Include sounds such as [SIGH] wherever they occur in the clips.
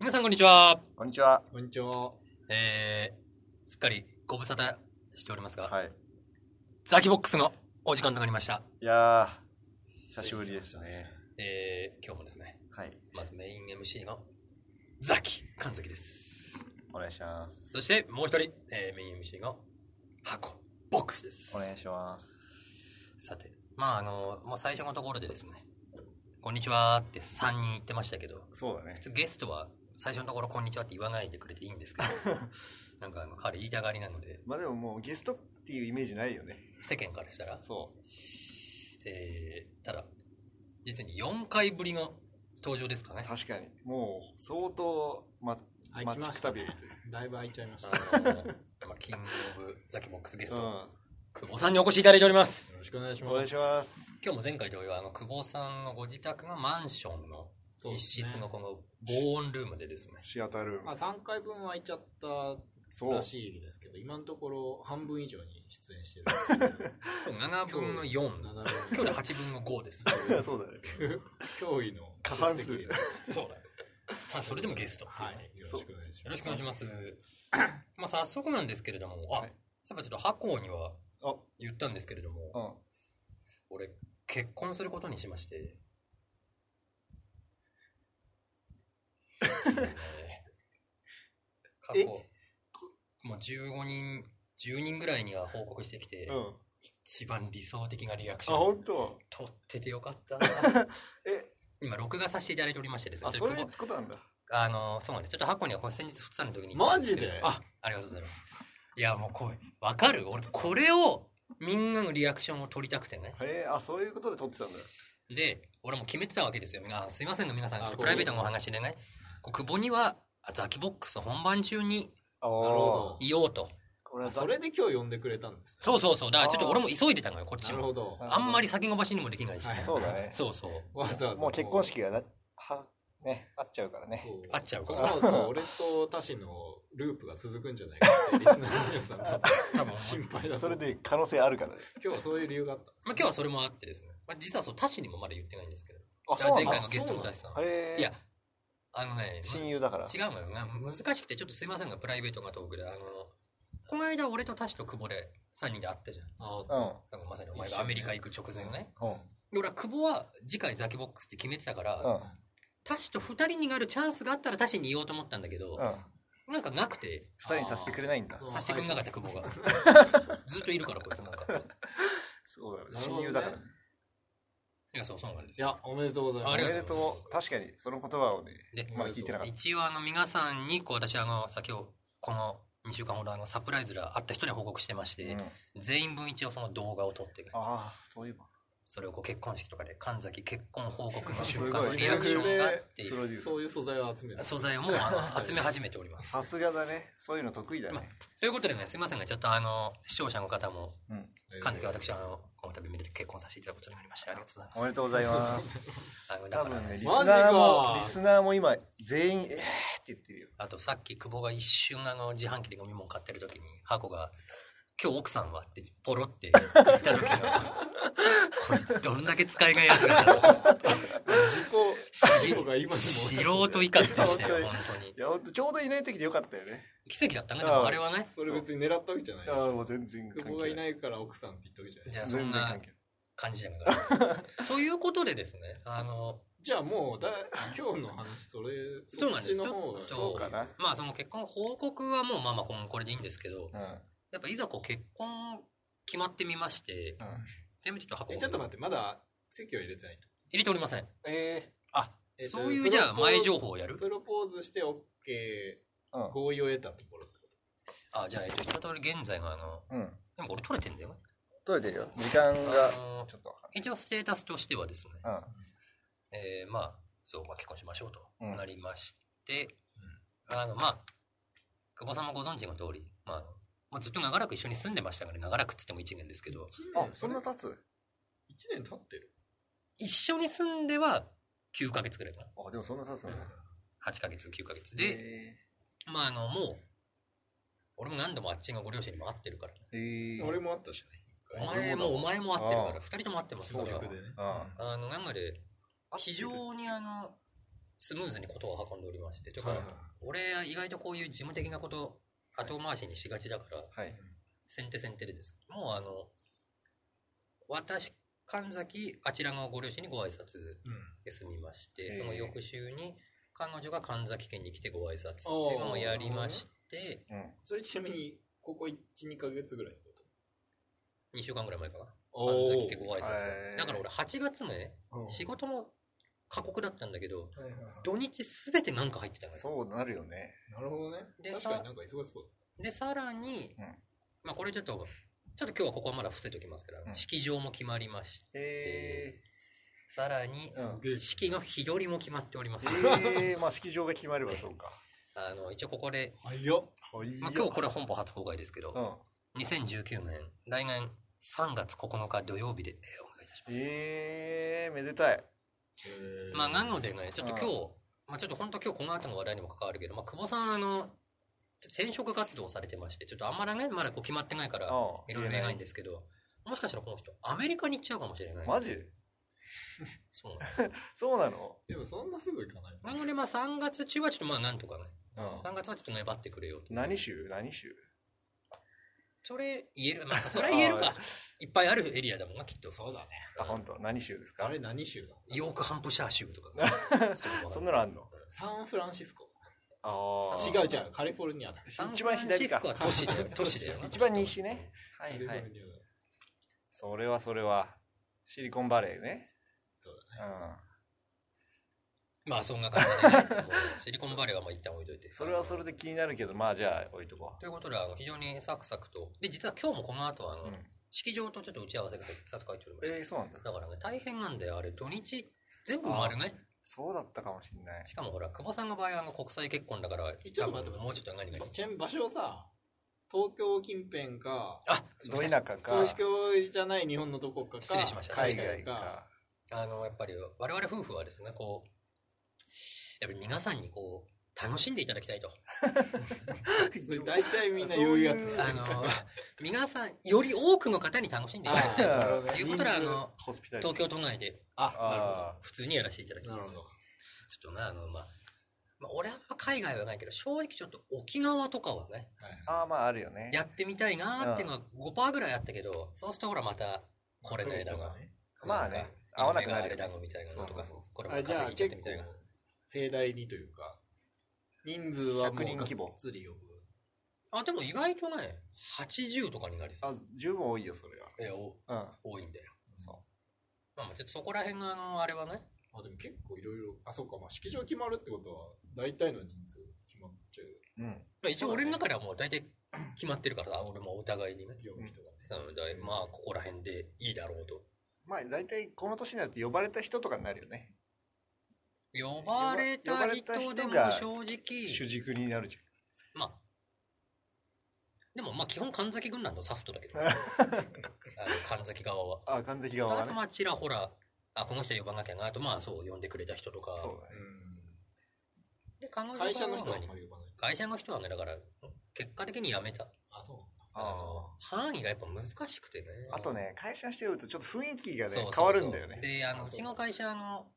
皆さん、こんにちは。こんにちは。こんにちは。えー、すっかりご無沙汰しておりますが、はい。ザキボックスのお時間となりました。いやー、久しぶりですね。えー、今日もですね、はい。まずメイン MC のザキ、神崎です。お願いします。そして、もう一人、えーメイン MC の箱、ボックスですお。願いします。さて、まあ、あの、もう最初のところでですね、こんにちはって3人言ってましたけど、そうだね普。通ゲストは最初のところこんにちはって言わないでくれていいんですけど、 [LAUGHS] なんかあの彼言いたがりなので、まあでももうゲストっていうイメージないよね。世間からしたら、そう。えー、ただ、実に4回ぶりの登場ですかね。確かに。もう、相当、ま、開待きちまくしたびれたて。だいぶ開いちゃいました。よあのまあ、キングオブザキボックスゲスうト、ん。久保さんにお越しいただいております。ろしくお願いします。お願いします。今日も前回同様、あの久保さんのご自宅がマンションのそう一ですね室のこの防音ルームでですね、シアタールーまあム。 3回分開いちゃったそうら。しいですけど、今のところ半分以上に出演 [LAUGHS] してる。今日7分の4、今7日で8分の5です、 [LAUGHS] そうだね。驚異の過半数出席率そうだよ。 [LAUGHS] まあ、それでもゲストっていうはね、い。よろしくお願いします。よろしくお願いします。まあ早速なんですけれども、あ、はいさっきちょっと箱にはあ、言ったんですけれども、うん。俺結婚することにしま [LAUGHS] して。過え去もう15人10人ぐらいには報告してきて、うん。あ、一番理想的なリアクショほンんと取っててよかった [LAUGHS] え、今録画させていただいておりましてですねあ、ちそょっうというここことなんだ。あのそうなんですちょっと箱には先日2日の時にマジであありがとうございますいやもうこれわかる俺これをみんなのリアクションを取りたくてねへえ、あ、そういうことで撮ってたんだ。で、俺も決めてたわけですよ。あすいませんが、皆さん、あちょっとプライベートのお話でね、こう久保にはあザキボックス本番中にあなるほどいようと。これはあそれで今日呼んでくれたんですねそうそうそう。だからちょっとあー俺も急いでたのよ、こっちなるほも。ど。あんまり先延ばしにもできないし。はいそうだねそうそう。わざわざ。もう結婚式がな、は、ね、あっちゃうからね。そう。会っちゃうかこら。の後、俺と他氏のループが続くんじゃないか [LAUGHS] って、リスナーの皆さん多分多分。心配だとそ思れうで可能性あるからね。今日はそういう理由があったんですまあ今日はそれもあってですね。まあ実はそう、他氏にもまだ言ってないんですけど。だあから前なんだ回のゲストのあ他氏さん。へえいや、あのね、親友だから。違うのよな。難しくて、ちょっとすいませんが、プライベートが遠くで。あの、この間俺と他氏と久保で3人で会ったじゃん。あうん。多分まさにお前がアメリカ行く直前のね。うん。で俺は久保は次回ザキボックスって決めてたから、うん。タシと2人になるチャンスがあったらタシに言おうと思ったんだけど、うん。なんかなくて二人にさせてくれないんだあ。ーさしてくれなかった久保がずっといるからこいつなんかそうだよね。なるほどね親友だからね。いやそうそうなんですいよや、おめでとうございます。あおりめがでととううございます。確かに、その言葉をね、でまだ聞いてなかっ。一応あの皆さんにこう私あの先ほどこの2週間ほどあのサプライズがあった人には報告してましたて、うん全員分一応その動画を撮ってくれああ、そういえば。それをこう結婚式とかで神崎結婚報告の瞬す間ごいリアクションがあっていプうロデュースそういう素材を集める。素材をもうあの集め始めておりますさすがだね。そういうの得意だね。ということでね、すみませんが、ちょっとあの、視聴者の方も、うん。神崎私はあの、この度めでて結婚させていただくことになりました。ありがとうございおまめでとうございます。す。あの、だ多から、分ね、リマジかスナーも、リスナーも今、全員、えーって言ってるよ。あとさっき久保が一瞬あの、自販機で飲み物買ってる時に、箱が、今日奥さんはって、ポロって言った時の、こいつどんだけ使いがいやつなんだろう自己、自己が今にも。素人以下でしたよ、本当にい。や、ほんとちょうどいない時でよかったよね。奇跡だったね、でもあれはね。それ別に狙ったわけじゃないあ。あ、もう全然久保がいい。ないから奥さんって言ったわけじゃじない。ゃあ、そん全然な関係ない。感じじゃなかったです。ということでですね、あの、じゃあもうだ、今日の話、それ、そうなんっでちすの方が。ちょっとそうかなまあその結婚報告はもうまあまあこんこれでいいんですけど、やっぱいざこう結婚決まってみまして、うん。うん。ちなみにちょっと箱え、ちょっと待って、まだ席を入れてない。入れておりません。えあ、えっとそういうじゃあ前情報をやるプロポーズして OK、え。う合意を得たところってこあ、じゃあ、えっと、一通り現在のあの、ん。うん。でもこれ取れてんだよね。取れてるよ。時間があ、のちょっとわかん一応ステータスとしてはですね、ない。うん。えーまあ、そう、まあ結婚しましょうとうんなりまして、あの、まあ、久保さんもご存知の通り、まああの、まあ、ずっと長らく一緒に住んでましたから、長らくっつっても1年ですけど、と。あ、そんな経つ一年経ってる一緒に住んでは9ヶ月ぐらいかな。あ、でもそんな経つのね。 8ヶ月、9ヶ月で、へまああの、もう、俺も何度もあっちのご両親にも会ってるから、え、へえ俺もあったしね。お前もお前も会ってるから、二人とも会ってますかそうら逆、でね。ああの、なので、非常にあの、スムーズにことを運んでおりまして、というか、はいはい俺は意外とこういう事務的なこと、後回しにしがちだから、はい。先手先手でです。もうあの、私、神崎、あちらのご両親にご挨拶うんで済みましえて、えその翌週に、彼女が神崎県に来てご挨拶っていうのをやりまして、うん。それちなみに、ここ1、2ヶ月ぐらいのこ2週間ぐらい前かな。お神崎来てーご挨拶がへえだから俺8月ね、うん仕事も過酷だったんだけど、はいはいはい土日すべてなんか入ってたから。そうなるよね。なるほどね。で確さかになんか忙しそうで、さらに、うんまあこれちょっと、ちょっと今日はここはまだ伏せときますけど、うん式場も決まりまして、えさらに、うんすげえ式の日取りも決まっております。ー、えー、まあ、式場が決まればそうか。 [LAUGHS] あの、一応ここで、早っ。はいまあ今日これ本邦初公開ですけうど、ん。 2019年、来年3月9日土曜日で、えーお願いいたします。ええー、めでたい。まあなのででね、ちょっと今日、まあちょっと本当今日この後の話題にも関わるけど、まあ久保さん、あの、ちょっと転職活動をされてまして、ちょっとあんまりね、まだこう決まってないから、いう。ろいろ言えないんですすけど、もしかしたらこの人、アメリカに行っちゃうかもしれない。マジそうなんですよ。そうなのでもそんなすぐ行かないなのでまあ3月中はちょっとまあなんとかね、うん。 3月はちょっと粘ってくれよと。何州何州それ言える、まあそれは言える [LAUGHS] か。いっぱいあるエリアだもんな、きっと。そうだね。あ、本当何州ですかあれ何州だヨークハンプシャー州とか。そういうとこ [LAUGHS] そんなのあんのサンフランシスコ。あー違う違う、カリフォルニアだ。サン一フラ番ンシ左スかコは都市 [LAUGHS] だよ、都市だよ。一番西ね。はカリフォル。ニアだ。それはそれは。シリコンバレーね。そうだね。うまあそんな感じ [LAUGHS] で、ね、もうシリコンバレーはまあ一旦置いといて。ん。それはそれで気になるけど、まあじゃあ置いとこということで、あの非常にサクサクと。で、実は今日もこの後、あの、う。うん。式場とちょっと打ち合わせがさせて書いております。えー、そうなんだ。だからね、大変なんだよ、あれ、土日、全部埋まるね。そうだったかもしんない。しかもほら、久保さんの場合はあの国際結婚だから、えちょっと待って多分もうちょっと何がいいちなみに場所をさ、東京近辺か、あ、ど田舎か、東京じゃない日本のどこかか、失礼しました海外か。あの、やっぱり我々夫婦はですね、こう、やっぱり皆さんにこう、楽しんでいただきたいと。それ大体みんな言うやそうつ。いう [LAUGHS] あの、皆さん、より多くの方に楽しんでいただきたいあーなるほどとねい [LAUGHS] うことで、あの、ホスピタリティ東京都内でああ、普通にやらせていただきなるまほす。ど。なるほちょっとな、あの、まあ、まあ、俺はあんま海外はないけど、正直ちょっと沖縄とかはね、ど。はいああ、まああるよね。やってみたいなーっていうのが5%ぐらいあったけど、そうするとほらまた、これの枝が、ね。まあね合わなくなるよねあれだのみたいなのとか、そうそうそうこれもあじ風ゃあ邪ひいちゃっ結て構みたいな。、盛大にというか、人数はもう100人規模がっつり呼ぶ。あ、でも意外とね、80とかになりそあう。十分多いよ、それいや、おは。多いんだよ。そうまあまあ、ちょっとそこら辺のあの、あれはね、あ、でも結構いろいろ、あ、そうか、まあ、式場決まるってことは、大体の人数決まっちゃううん。うん。まあ一応俺の中ではもう大体決まってるからさ、俺もお互いにね。ような人がね。なので、まあ、ここら辺でいいだろうと。まあ大体この年になると呼ばれた人とかになるよね。呼ばれ呼ばたれた人人でもが正直、主軸になるじまあ、でもまあ基本神崎軍団のサフトだけ [LAUGHS] ど、ゃあのん。神崎側は。あ、神崎側あはとねま。あちらほら、あ、この人呼ばなきゃなと、まあそう、呼んでくれた人とか。そうだね。で、彼女うん側は会社の人はあんままあり呼ばない。会社の人はね、だから、結果的に辞めた。あ、そうなんだ。あの範囲がやっぱ難しくてね。あとね、会社の人呼ぶとちょっと雰囲気がそうそうねそう、変わるんだよね。で、あの、あうそうちの会社、あの、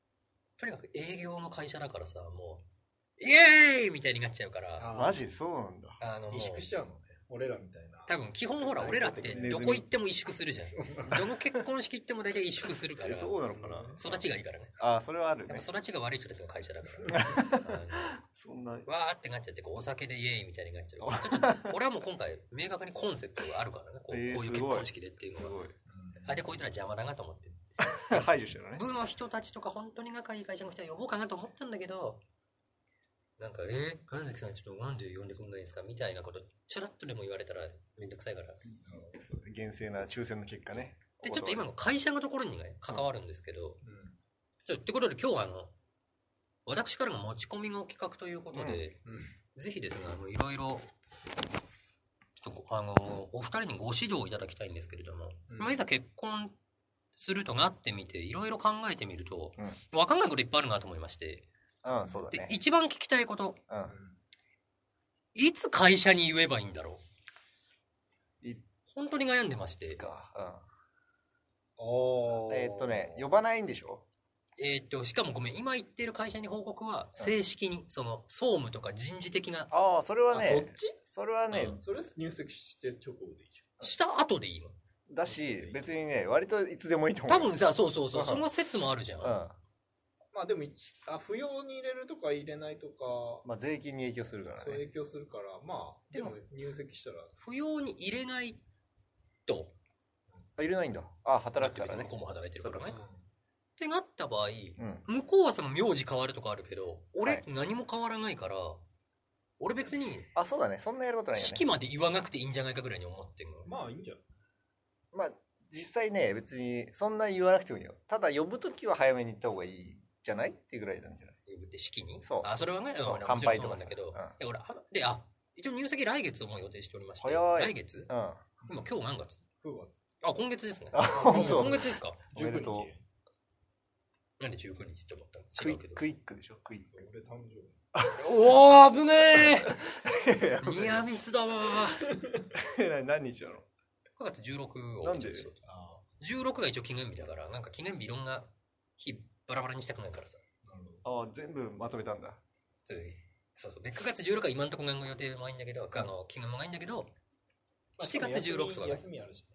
とにかく営業の会社だからさ、もう、イエーイみたいになっちゃうから、マジそうなんだ。あの、もう萎縮しちゃうのね。俺らみたいな。多分基本ほら、俺らってどこ行っても萎縮するじゃん。どの結婚式行っても大体萎縮するから、え、育そうなのかなちがいいからね。あ、それはあるやっね。ぱ育ちが悪い人たちの会社だ [LAUGHS] から、あそんな。のわーってなっちゃって、こうお酒でイエーイみたいになっちゃうからちょっと。俺はもう今回、明確にコンセプトがあるからね、こう,、えーこういうす結ごい婚式でっていうすのは。ごい。あ、で、こいつら邪魔だなと思って。排除したのね。部の人たちとか本当に仲いい会社の人は呼ぼうかなと思ったんだけど、なんか、えー、神崎さんちょっとなんで呼んでくんないんですかみたいなこと、ちょらっとでも言われたらめんどくさいから。そう厳正な抽選の結果ね。で、ちょっと今の会社のところにね、関わるんですけど、うんうんちょってことで今日はあの、私からの持ち込みの企画ということで、うんぜひですね、あの、いろいろ、ちょっとごあの、お二人にご指導いただきたいんですけれども、うんまあ、いざ結婚するとなってみて、いろいろ考えてみると、うんわかんないこといっぱいあるなと思いまして、うん、そうだで、ね。一番聞きたいこと、うん。いつ会社に言えばいいんだろうい本当に悩んでましですて、か。おうん。えーっとね、呼ばないんでしょえーっと、しかもごめん、今言ってる会社に報告は、正式に、その、総務とか人事的な、ああそれはあそねっちそれはね、うんそれ入籍して直後でいいじした後でいいの。だし別にね割といつでもいいと思う多分さ、そうそうそう、うんその説もあるじゃん。うんゃんまあでも一あ扶養に入れるとか入れないとかまあ税金に影響するからそうね影響するからまあででもも入籍したら扶養に入れないと、あ入れないんだあ働くだっかて別らに向ねこうも働いてるからそうね。ってなった場合、うん向こうはその名字変わるとかあるけど、は俺い何も変わらないから、俺別に、あそうだねそんなやることないよ式ねまで言わなくていいんじゃないかぐらいに思ってるの。まあいいんじゃないまあ実際ね別にそんな言わなくてもいいよただ呼ぶときは早めに行った方がいいじゃないっていうぐらいなんじゃない呼ぶって式にそうあ、それはね、そううん乾杯ともかちろんそうなんだけうどん、いや俺、あで、あ、一応入籍来月をもう予定しておりまして、早来い月うん今今日何月風はあ、今月ですね。あ本当今月ですかおめでとう19日なんで19日って思ったクの違イうけど。クイックでしょクイッそう俺誕生日おお危ねクえニアミスだわ [LAUGHS] 何日だろ9月16をなんで一応そう16が一応記念日だからなんか記念日いろんな日バラバラにしたくないからさなるほどああ全部まとめたんだついそうそうで9月16は今んとこ何の予定もないんだけど、あの記念もないんだけど7月16とかね休みあるしね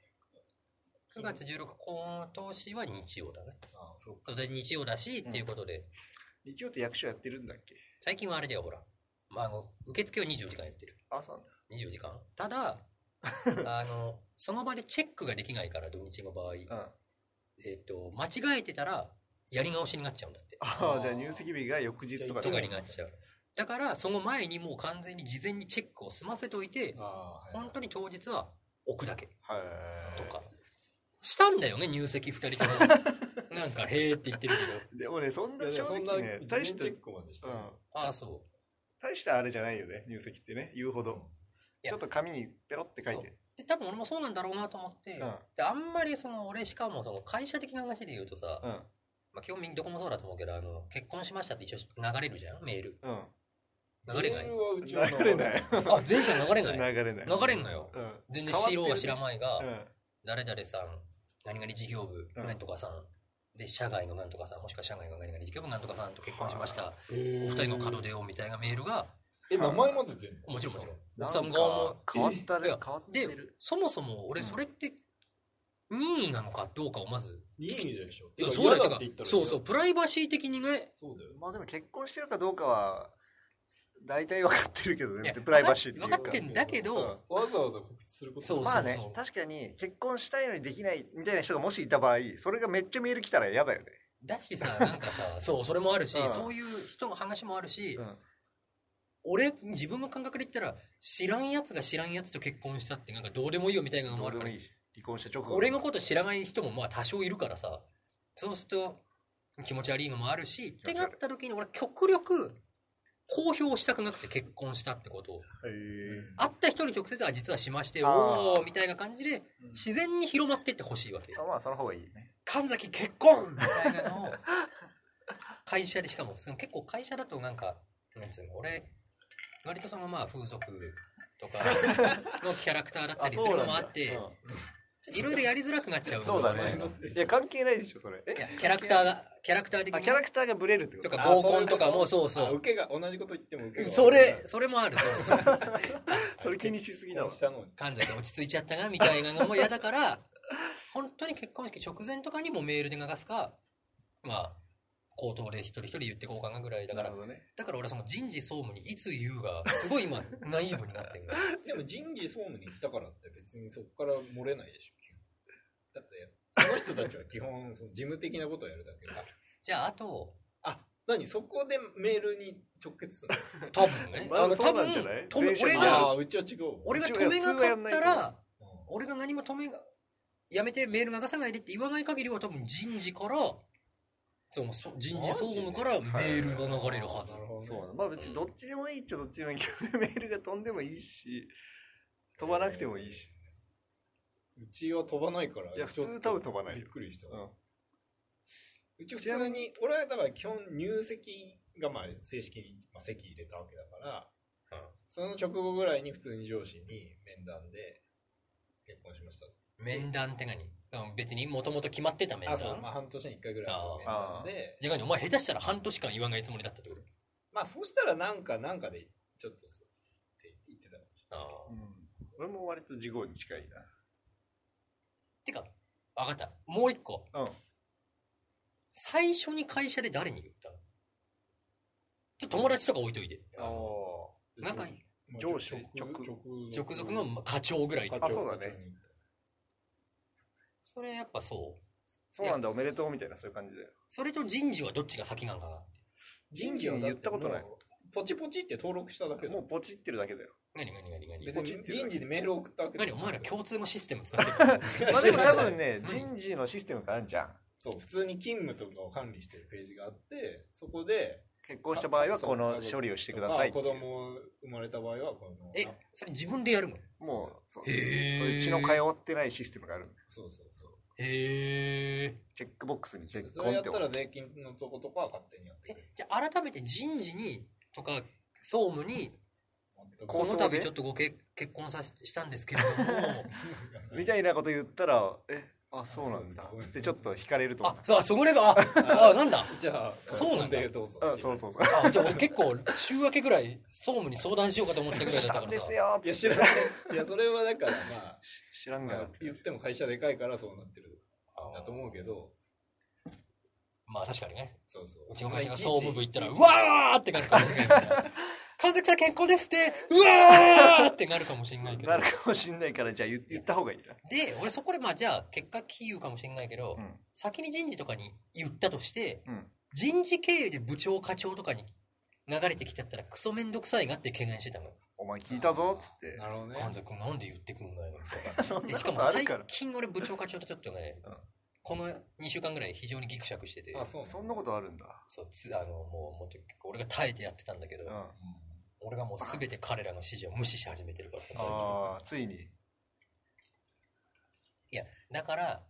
9月16今年は日曜だねああそうそうで日曜だしっていうことで、日曜って役所やってるんだっけ最近はあれだよほら、まあ、あの受付は24時間やってるあそうなんだ24時間た [LAUGHS] だあのその場でチェックができないから土日の場合うん、えっ、と、間違えてたら、やり直しになっちゃうんだって。ああじゃあ入籍日が翌日とかとだかねになっちゃう。だから、その前にもう完全に事前にチェックを済ませておいて、ああはい本当に当日は置くだけはいとか。したんだよね、入籍二 [LAUGHS] 人とも。なんか、へえって言ってるけど。でもねそんいなやい正やそ直んなね事前大チしェた、うんッ、クまでしてないああ、そ大したあれじゃないよね入籍ってね言うほどいやちょっと紙にペロって書いてう。で、多分俺もそうなんだろうなと思って、うんで、あんまりその、俺しかもその、会社的な話で言うとさ、うんまあ、基本みんなどこもそうだと思うけど、あの、結婚しましたって一応流れるじゃん、メ [LAUGHS] ール。うん流れないメールはうちは流れないあ、全社流れない。 [LAUGHS] 流れない流れんのよ。うん全然知ろうが知らんないが、うん誰々さん、何々事業部、うん何とかさん、で、社外の何とかさん、もしくは社外の何々事業部、何とかさんと結婚しました、おお二人の門出をみたいなメールが、え名前まで出んのもちろんもちろん、な奥さんん側かも、変わったねいや変わってでる、そもそも俺、それって、任意なのかどうかをまず、いい意味でしょいや、そうだ嫌よ、って言ったらそうそう、プライバシー的にね、そうだよまあでも結婚してるかどうかは大体分かってるけどねいや別にプライバシーっていうか分かってんだけど、わざわざ告知することそうまあね確かに結婚したいのにできないみたいな人がもしいた場合それがめっちゃメール来たら嫌だよね、だしさ、なんか [LAUGHS] さ、そう、それもあるしう、んそういう人の話もあるしう、ん、俺、自分の感覚で言ったら、知らんやつが知らんやつと結婚したって、なんかどうでもいいよみたいなのもどあるかうでもらい、いし離婚した直後俺のこと知らない人もまあ多少いるからさそうすると気持ち悪いのもあるしっ気持てち悪いなった時に俺極力公表したくなくて結婚したってことをへー会った人に直接は実はしましてあーおおみたいな感じでうん自然に広まってってほしいわけあまあその方がいいね神崎結婚 [LAUGHS] みたいなのを会社でしかもその結構会社だとなんかなんつうの俺割とそのまあ風俗とかのキャラクターだったりするのもあっていろいろやりづらくなっちゃうのそうだ俺ねがいや関係ないでしょそれいえやキャラクターが、キャラクター的あに。キャラクターがブレるってこととかか合コンとかもそうそあう。受けが同じこと言っても受けがそれ、それもある、そうそう。それ気にしすぎだわしたのに神崎落ち着いちゃったな、みたいなのも嫌だから、本当に結婚式直前とかにもメールで流すか、まあ、口頭で一人一人言ってこうかなぐらいだかならるほ、どねだから俺その人事総務にいつ言うが、すごい今、ナイーブになってるでも人事総務に行ったからって別にそこから漏れないでしょだってその人たちは基本その事務的なことをやるだけだじゃあ、あと、あ何そこでメールに直結する多分ね、まああの、そ多うな分、んじゃない止め電車俺にのあが、あうちは違うわ俺が止めがかっ普通はたやんないとら、俺が何も止めが、やめてメール流さないでって言わない限りは多分人事から、そうもうそう人事総務からメールが流れるはずな。るほどねそうなのまあ別にどっちでもいいっちゃどっちでもいいけどねメールが飛んでもいいし飛ばなくてもいいし、うちは飛ばないからいやちょっと普通多分飛ばないよびっくりしたうんうち普通に俺はだから基本入籍がまあ正式にまあ籍入れたわけだから、その直後ぐらいに普通に上司に面談で結婚しましたって面談って何うん別にもともと決まってた面あ談そうまあ半年に1回ぐらいの面談でじゃがにお前下手したら半年間言わないつもりだったってことまあそうしたらなんかなんかでちょっとそうって言ってたかもしれないああ俺も割と事後に近いてか分かったもう一個な。うん。最初に会社で誰に言ったのちょっと友達とか置いといてああ。なんかまあ上司直直属の課長ぐらいとあそうだね。それやっぱそうそうなんだ、おめでとうみたいな、そういう感じだよ。それと人事はどっちが先なんかな人事はだ言ったことないもうポチポチって登録しただけだもうポチってるだけだよ。何何何何別に人事にメール送ったわけ何お前ら共通のシステム使ってる [LAUGHS] ま [LAUGHS] あでも多分ね、うん人事のシステムがあるじゃん。そう普通に勤務とかを管理してるページがあってそこで結婚した場合はこの処理をしてくださいってい子う。供生まれた場合はこのえそれ自分でやるのへもう、そう。そうへーいう血の通ってないシステムがある。そうそうそうえチェックボックスに結それ婚やっってたら税金のとことかは勝手にやってくれえじゃあ改めて人事にとか総務にるこの口頭度でちょっとごけ結婚さししたんですけれどもみたいなこと言ったら、え、あ、そうなんだそう。ですつってちょっと惹かれると思あう。あそこレベルああなんだじゃあそうなんだでどうぞあ、そうそうそう。あじゃあ俺結構週明けぐらい総務に相談しようかと思ってたぐらいだっしたたかんらでさすよいやつ知っらてないいやそれはだからまあ [LAUGHS] 知らんまがあな。言っても会社でかいからそうなってるあだと思うけどまあ確かにねそうそううちの会社が総務部行ったらういちいちわーってなるかもしれないから神崎さん健康ですってうわーってなるかもしれないけどなるかもしんないから、じゃあ言言った方がいいな。で俺そこでまあじゃあ結果キーかもしれないけど、うん先に人事とかに言ったとしてうん。人事経由で部長課長とかに流れてきちゃったらクソめんどくさいなって懸念してたのよお前聞いたぞ、つって。なるほどね神崎君なんで言ってくんないのそんでなしかこもとあ最るから。近俺部長課長とちょっとね、うんこの2週間ぐらい非常にギクシャクしててあそうそんなことあるんだ。そうつあのもうもう結構俺が耐えてやってたんだけど、うん。あ俺がもう全て彼らの指示を無視し始めてるから最近あー、ついに。いやだから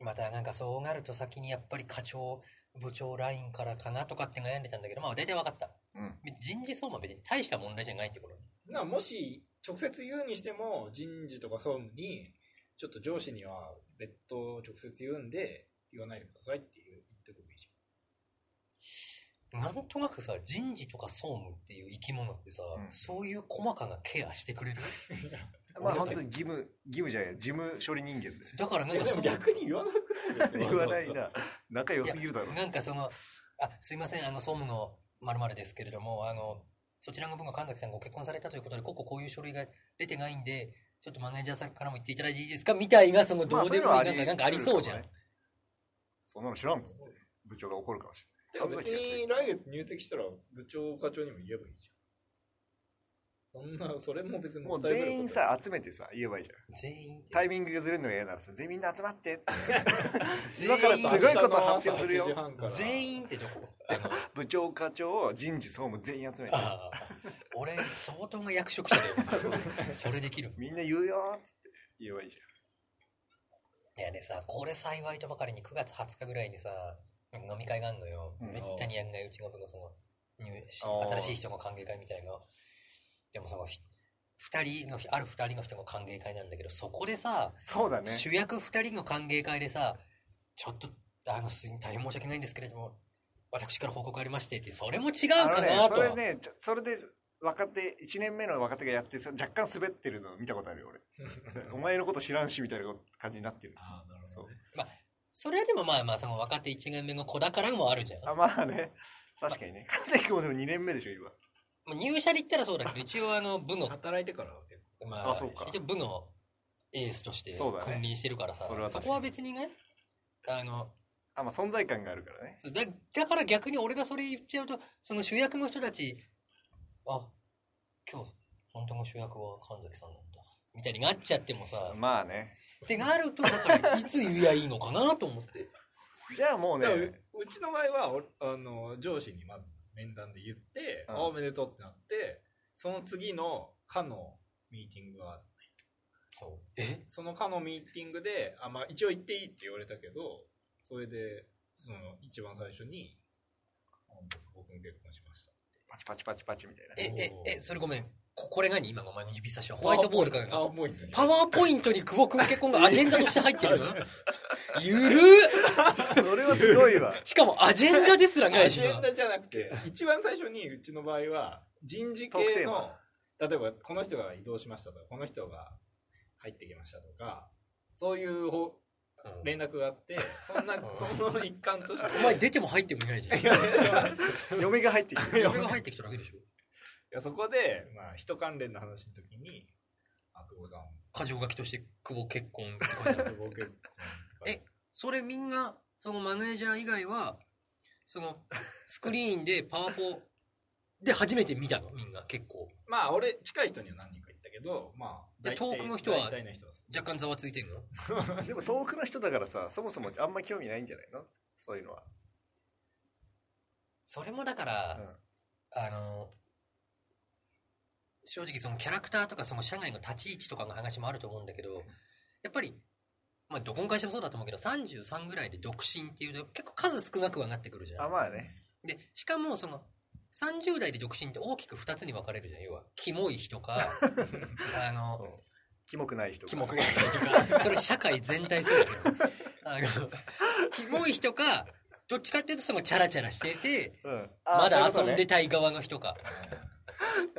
またなんかそうなると先にやっぱり課長部長ラインからかなとかって悩んでたんだけどまあ大体分かったうん。人事総務は別に大した問題じゃないってことなもし直接言うにしても人事とか総務にちょっと上司には別途直接言うんで言わないでくださいっていう言ってくべきじなんとなくさ人事とか総務っていう生き物ってさ、うんそういう細かなケアしてく [LAUGHS] れるまあ本当に義務、義務じゃない、事務処理人間ですよ。だからなんかゃんその逆に言わなくないですか言わないな。仲良すぎるだろ。なんかその、あ、すいません、あの、総務の〇〇ですけれども、あの、そちらの分が神崎さんご結婚されたということで、こここういう書類が出てないんで、ちょっとマネージャーさんからも言っていただいていいですかみたいな、その、どうでもいい、まあなんか、なんかありそうじゃん。。そんなの知らんっつって。部長が怒るかもしれでもない。別に来月入籍したら部長課長にも言えばいいじゃんそんなそれも別にもうったいぶること全員さ、集めてさ、言えばいいじゃん。全員ってタイミングがずれるのが嫌ならさ、全員みんな集まって。全員だからすごいこと発表するよ明日の朝8時半から全員ってどこあの、部長、課長、人事、総務全員集めて。あー俺、相当な役職者だよ。それできる。みんな言うよーっつって言えばいいじいやねさ、これ幸いとばかりに9月20日ぐらいにさ、飲み会があんのよ。うんめったにやんないうちの部のその、入しあー新しい人の歓迎会みたいな。でもその、ひ二人の、ある二人の人の歓迎会なんだけど、そこでさゃん。、そうだね。主役二人の歓迎会でさ、ちょっと、あの、す大変申し訳ないんですけれども、私から報告ありましてって、それも違うあかのねなとそは。れね、ちょそれで若手、1年目の若手がやって、そ若干滑ってるの見たことあるよ、俺。お前のこと知らんし、みたいな感じになってる。 [LAUGHS] ああなるほそどうね。それはでもまあまあ、その若手一年目の子だからもあるじゃん。あ、まあね。確かにね。神崎君もでも2年目でしょ、今。もう入社で言ったらそうだけど、一応あの、部の働いてからは結まあ、あそうか一応部のエースとしてそうだね君臨してるからさ、それはそ確かにこは別にね、あの、あ、まあ存在感があるからね。だだから逆に俺がそれ言っちゃうと、その主役の人たち、あ、今日、本当の主役は神崎さんなんだ。みたいになっちゃってもさ、まあね。ってなると、だからいつ言いやいいのかなと思って。じゃあもう構だからねう、うちの場合はおあの上司にまず面談で言って、うんあおめでとうってなってその次の課のミーティングがあってそうえその課のミーティングであ、まあ、一応行っていいって言われたけどそれでその一番最初にあ僕も結婚しましたパチパチパチパチみたいな。え、え、え、それごめん。ここれ何今のお前の指差しはホワイトボールかあ、よもういい。パワーポイントに久保君結婚がアジェンダとして入ってる [LAUGHS] ゆるっそれはすごい [LAUGHS] わ。しかもアジェンダですらなアいしジェンなダじゃなくて、一番最初にうちの場合は、人事特系定のは、例えばこの人が移動しましたとか、この人が入ってきましたとか、そういうほうん連絡があって、そんな、その一環として。 [LAUGHS] お前出ても入ってもいないじゃんいやいやいや嫁が入ってきて。嫁が入ってきただけでしょいやそこで、まあ、人関連の話の時に、あ、久保さん、箇条書きとして久保結婚って書いてある久保結婚とかえそれみんなそのマネージャー以外はそのスクリーンでパワポで初めて見たのみんな結構まあ、俺、近い人には何人か言ったけど、まあ、で大体遠くの人は大体の人は若干ざわついてんの [LAUGHS] でも遠くの人だからさ、そもそもあんま興味ないんじゃないのそういうのは。それもだから、あの正直そのキャラクターとかその社外の立ち位置とかの話もあると思うんだけどやっぱり、まあ、どこの会社もそうだと思うけど33ぐらいで独身っていうと結構数少なくはなってくるじゃんあ、まあね。でしかもその30代で独身って大きく2つに分かれるじゃん要はキモい人か [LAUGHS] あのうんキモくない人かキモくない人か [LAUGHS] それ社会全体そうだけどあのキモい人かどっちかっていうとそのチャラチャラしててうん。あまだそ遊ういんうでたい側の人かことね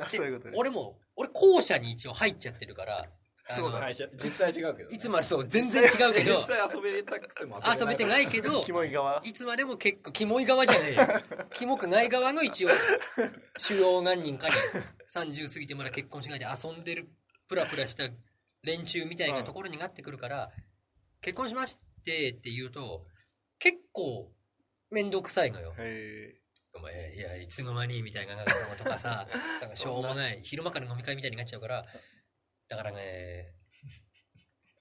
あ [LAUGHS] そういうことね。俺も俺後者に一応入っちゃってるからあそうの会社実際違うけどね、いつまでそう全然違うけど [LAUGHS] 実際遊べたくても遊べてないけどキモい側。いつまでも結構キモい側じゃねえよキモくない側の一応主要何人かに30過ぎてまだ結婚しないで遊んでるプラプラした連中みたいなところになってくるから、結婚しましてって言うと結構面倒くさいのよへお前いやいつの間にみたいななんかそのとか [LAUGHS] さなんかしょうもない昼間から飲み会みたいになっちゃうからだからね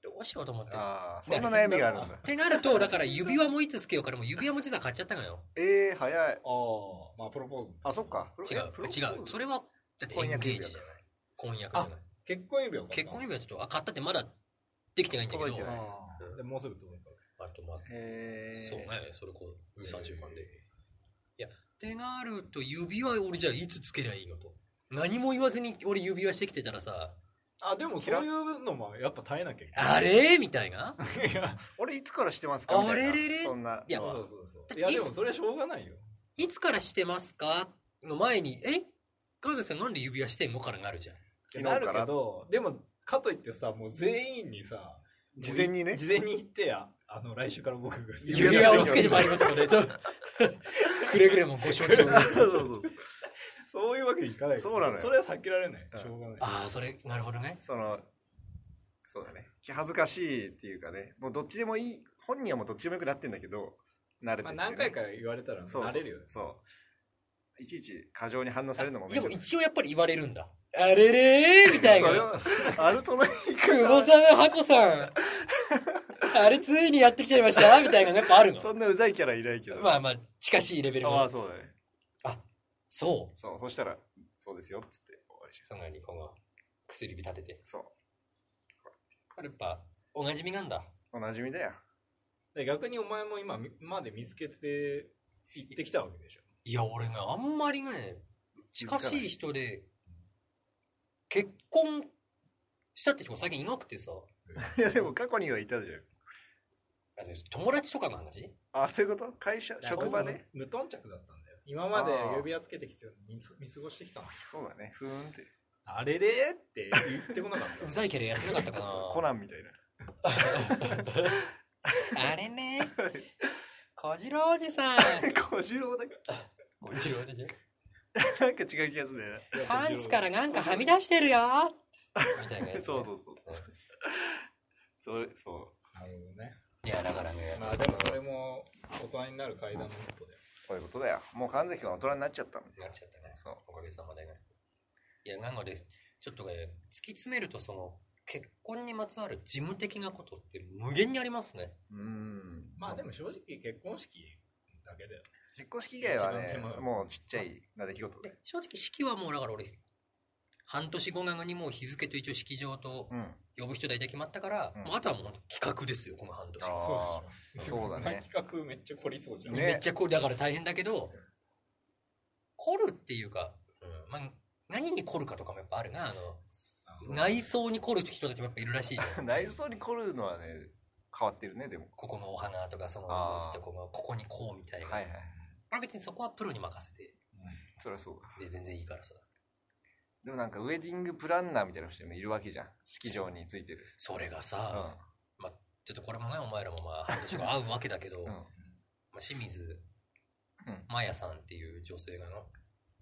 どうしようと思っえてるああ、そんな悩みがあるんだっ。てなるとだから指輪もいつつけようかでも指輪も実は買っちゃったのよええ、早い。ああまあプロポーズあ、そっか。違えプロう、ポーズ違う。それは、だってエンゲージじゃない。婚約じゃない。結婚指輪を買結った婚指輪ちょっと、あ、買ったってまだできてないんだけど、届いてないああでもうすぐ届くかあとまず、へえ。そうね、それこう、2、ら3週間で。いや、ってなると、指輪俺じゃあいつつけりゃいいのと。何も言わずに俺指輪してきてたらさ、あでもそういうのもやっぱ耐えなきゃいけないあれみたいな。 [LAUGHS] いや俺いつからしてますかみたいなあれれれそんな。いやそうまあそうそうそういだっやていでつもそれはしょうがないよいつからしてますかの前に、え川崎さんなんで指輪してんのからなるじゃん。昨日からなるけどでもかといってさもう全員にさ事前にね事前に言ってやあの来週から僕が指輪をつけてまいりますので、と。 [LAUGHS] くれぐれもご承知の上 [LAUGHS] そうそうそう。そういうわけにいかないからそうなのよそれは避けられないうんしょうがないああ、それ、なるほどね。その、そうだね。恥ずかしいっていうかね、もうどっちでもいい、本人はもうどっちでもよくなってんだけど、慣れてまる、あね何回か言われたらそうそう慣れるよねそう。いちいち過剰に反応されるのもでもい一応やっぱり言われるんだ。あれれーみたいそれな。は、 [LAUGHS] あるその言い久保方さん、ハコさん。あれついにやってきちゃいましたみたいなのやっぱあるの。そんなうざいキャラいないけど。まあまあ、近しいレベルあ、まのあ。そうだね。そう。そう、そしたら、そうですよ、つって終わりしますそんなにこの薬指立てて。そう。これやっぱ、おなじみなんだ。おなじみだよ。で逆にお前も今まで見つけて行ってきたわけでしょいや、俺ね、あんまりね、近しい人で、結婚したって人が最近いなくてさ。いや、でも過去にはいたじ友達とかの話ゃん。あ、そういうこと会社、職場で、無頓着だったんだよ今まで指輪つけてきてるのに見す見過ごしてきたのそうだね。ふーんって。あれでって言ってこなかっ [LAUGHS] うざいキャラやってなかったかなそうコナンみたいな。あれね。小次郎おじさん。 [LAUGHS] 小次郎だか小次郎おじさん。ら。なんか違う気がするんだよたパンツからなんかはみ出してるよ。みたいなやつ、な。ね。 [LAUGHS] そうそうそうそう。それ、そう。なるほどねいや、だからね。まあでもそれも大人になる階段の一歩だよそういうことだよ。もう神崎君は大人になっちゃったんだなよっ。ちゃったね。そう。おかげさまでね。いや、なので、ちょっとね、突き詰めると、その、結婚にまつわる事務的なことって無限にありますね。うーん。まあでも正直結婚式だけだよ結婚式以外はね一番手間、もうちっちゃいな出来事でで。正直、式はもう、だから俺、半年後なのにもう日付と一応式場とうん。あ呼ぶ人大体決まったから、うんもうあとはもう企画ですよ、この半年。あでしそょう [LAUGHS] だね企画めっちゃ凝りそうじゃん、ねめっちゃこうだから大変だけど凝るっていうか、うんまあ、何に凝るかとかもやっぱあるな、あの、あ内装に凝る人たちもやっぱいるら [LAUGHS] しいじゃん。内装に凝るのはね、変わってるね、でも。ここのお花とか、その、ちあーょっとこの、ここにこうみたいな。はいはい。まあ別にそこはプロに任せて、そりゃそうだ。で、全然いいからさ。でもなんかウェディングプランナーみたいな人もいるわけじゃん。式場についてる。それがうさ、ん。ちょっとこれもね、お前らもまあ、話が合うわけだけど、うまん。あ、清水うんまやさんっていう女性がの、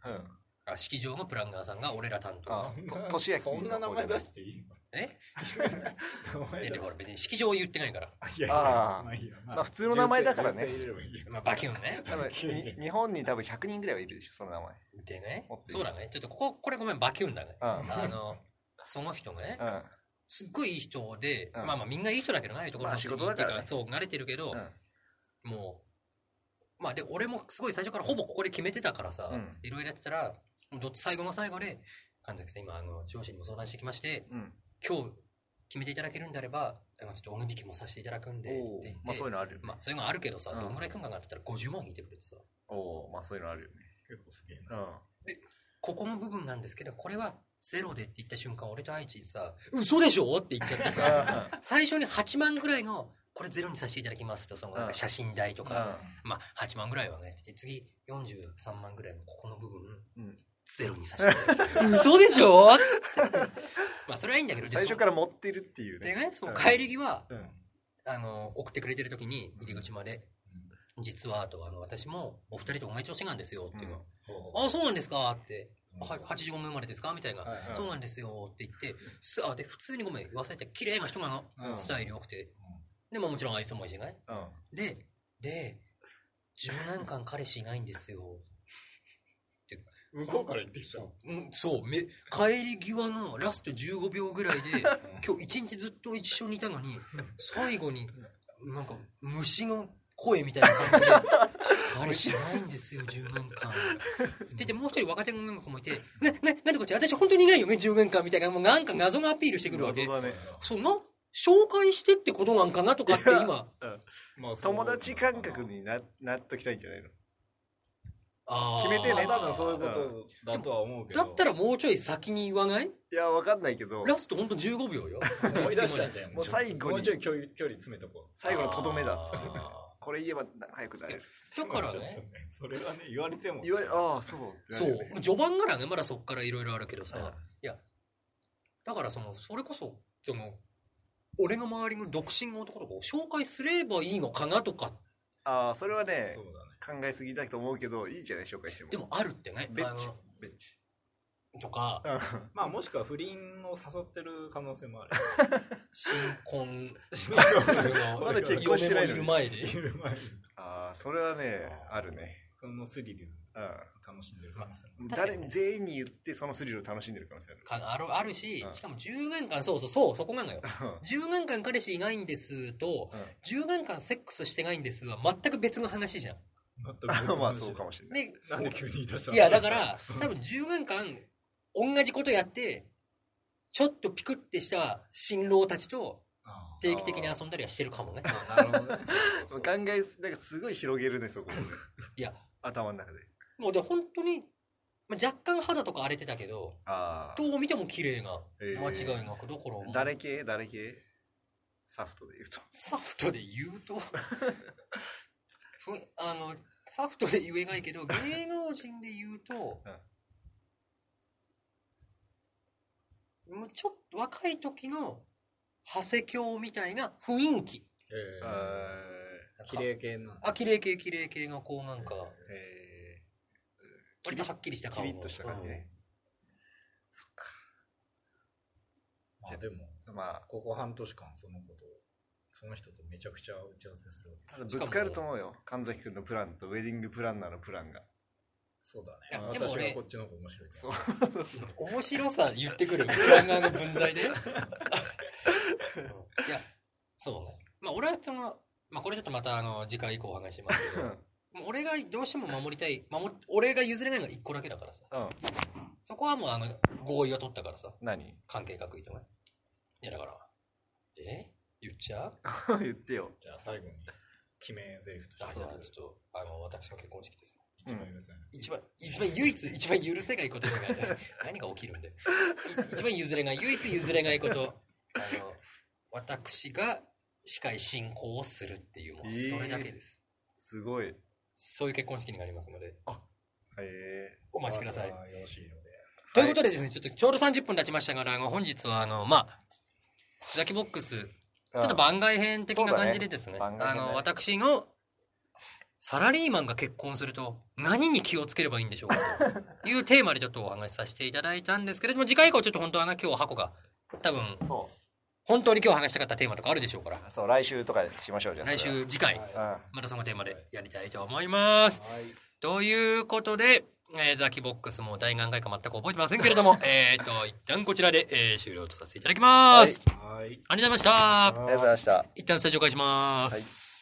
うん。あ式場のプランナーさんが俺ら担当あの。と年明きそんな名前出していいえの名い前や出でしもほら別に式場を言ってないから。いやいやあーまあいいやままあ普通の名前だからね純正入れればいいやまあ、バキュンね。 [LAUGHS] 多分に日本に多分100人ぐらいはいるでしょ、その名前。でね持っ。ていいそうだね。ちょっとここ、これごめん、バキュンだね。うんあの、その人がね、うん。すっごいいい人で、うんまあまあみんないい人だけどないところまあ仕事だからっねていうそう、慣れてるけど、もう、まあで、俺もすごい最初からほぼここで決めてたからさうん、いろいろやってたら、どっち最後の最後で、神崎さん今、あの、上司にも相談してきまして、うん。うん。今日決めていただけるんであれば、あのちょっとお抜きもさせていただくんで、っておお言って、まあそういうのあるよね。まあ、そういうのあるけどさ、うんどんぐらいくんかなって言ったら50万引いてくれてさ、おおまあそういうのあるよね。結構すげえなうん。ここの部分なんですけど、これはゼロでって言った瞬間、俺と愛知さ、嘘でしょって言っちゃってさ、う最初に8万ぐらいの、これゼロにさせていただきますと、そのなんうかん写真代とか、んまあ8万ぐらいはね、で次43万ぐらいのここの部分、うんゼロにさせていただきます。嘘でしょって。まあそれはいいんだ [LAUGHS] けど、で最初から持ってるっていうそでね。ね、そうのん帰り際、うんあの送ってくれてる時に入り口まで、実はあとあの私もお二人と同じ年なんですよっていうの、あそうなんですかって、うんは85年生まれですかみたいな、はいはいそうなんですよって言ってすあで普通にごめん言わせて綺麗な人なの、うんスタイル良くて、でももちろん愛想もいいじゃないうん。でで10年間彼氏いないんですよ、向こうから言ってきたうん、そうめ帰り際のラスト15秒ぐらいで [LAUGHS] 今日一日ずっと一緒にいたのに最後になんか虫の声みたいな感じ [LAUGHS] で「彼氏いないんですよ10年間」ででもう一人若手の子もいて「なななんでこっち私本当にいないよね10年間」みたいなもうなんか謎のアピールしてくるわけ謎だね。そんな紹介してってことなんかなとかって今まあそう友達感覚にななっときたいんじゃないのあー決めてね多分そういうことだとは思うけどだったらもうちょい先に言わないいや、わかんないけど、ラストほんと15秒よ思い出したんじゃんもう最後にもうちょい距離距離詰めとこう最後のとどめだっつってあーこれ言えば仲良くなれる。だ [LAUGHS] からね、それはね言われても言われ、ああ、そう。そうってなるよね、序盤からね、まだそっからいろいろあるけどさ、うんいや、だからその、それこそ、その、俺の周りの独身の男とかを紹介すればいいのかなとか、ああ、それはねそう、考えすぎだと思うけど、いいじゃない、紹介しても。でもあるってね、ベあッチの、ベッチ。とか、うんまあもしくは不倫を誘ってる可能性もある。新婚、 [LAUGHS] [LAUGHS] まだ結婚してないの嫁もいにる前いで。る前に [LAUGHS] ああ、それはね、あるね。そのスリルをう楽しんでる可能性も確ん。か誰にね全員に言って、そのスリルを楽しんでる可能性かあるあるしう、んしかも10年間、そうそうそう、そこなのよ。 [LAUGHS] ある。 10年間彼氏いないんですと、うんうん10年間セックスしてないんですは全く別の話じゃん。ある。 [LAUGHS] あまあそうかもしれない。で、なんで急に言い出したのいや、だから、多分10年間、同じことやって、ちょっとピクってした新郎たちとあ定期的に遊んだりはしてるかもね。あなるほどね。考えす、なんかすごい広げるね、そ [LAUGHS] こもね。いや、頭の中で。もうで、本当に、まあ、若干肌とか荒れてたけど、ああ。どう見ても綺麗な、えー間違いなく、どころも誰系誰系サフトで言うと。サフトで言うと、ふあの、サフトで言えないけど、芸能人で言うと、もうちょっと若い時の長谷京みたいな雰囲気。えーえ綺麗系な。あ、綺麗系綺麗系がこうなんか、ーえ割とはっきりしたー、キ顔リのッとした感じね。そっまあでも、か。まあ、ここ半年間そのことを、その人とめちゃくちゃ打ち合わせするわけ。ただぶつかると思うよ。神崎君のプランとウェディングプランナーのプランが。そうだいやね。でも私俺はこっちの方が面白いけど。そううん面白さ言ってくる。プランナーの分際で。うんいや、そうね。まあ俺はその、まあこれちょっとまたあの、次回以降お話ししますけど、もう俺がどうしても守りたい、守俺が譲れないのが1個だけだからさ。うん。そこはもうあの、合意を取ったからさ、何関係各位とね。いやだから、え言っちゃう [LAUGHS] 言ってよ。じゃあ最後に、決め台詞とあしじてゃあちょっと、あの、私の結婚式ですね。一番許せない。一番、一番唯一、一番許せないことじゃない。 [LAUGHS] 何が起きるんで。い一番譲れない、唯一譲れないこと。あの、私が司会進行をするっていう、もうそれだけです。すごい。へそういう結婚式になりますので、え。お待ちください。よろしいので。ということでですね、ちょっとちょうど30分経ちましたから、あの本日は、あの、まあ、ザキボックス、ちょっと番外編的な感じでですね、そうだね番外あ編だねの、私のサラリーマンが結婚すると何に気をつければいいんでしょうか [LAUGHS] というテーマでちょっとお話しさせていただいたんですけれども、次回以降ちょっと本当はな、今日箱が、多分、あそ本当に今日話したかったテーマとかあるでしょうから、う。そう、来週とかにしましょう、じゃあ。来週、次回、それは。またそのテーマでやりたいと思います。はい。ということで、えーザキボックスも第何回か全く覚えてませんけれ [LAUGHS] ども、えっと、一旦こちらで、えー終了とさせていただきます。はい。ありがとうございました。うん。ありがとうございました。一旦スタジオ返します。